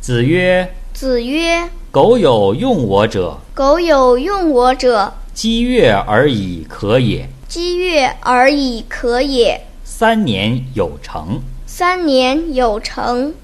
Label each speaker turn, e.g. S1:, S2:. S1: 子曰
S2: 子曰：“
S1: 苟有用我者，：“
S2: 苟有用我者，
S1: 积月而已可也。
S2: 积月而已可也。
S1: 三年有成。”
S2: 三年有成。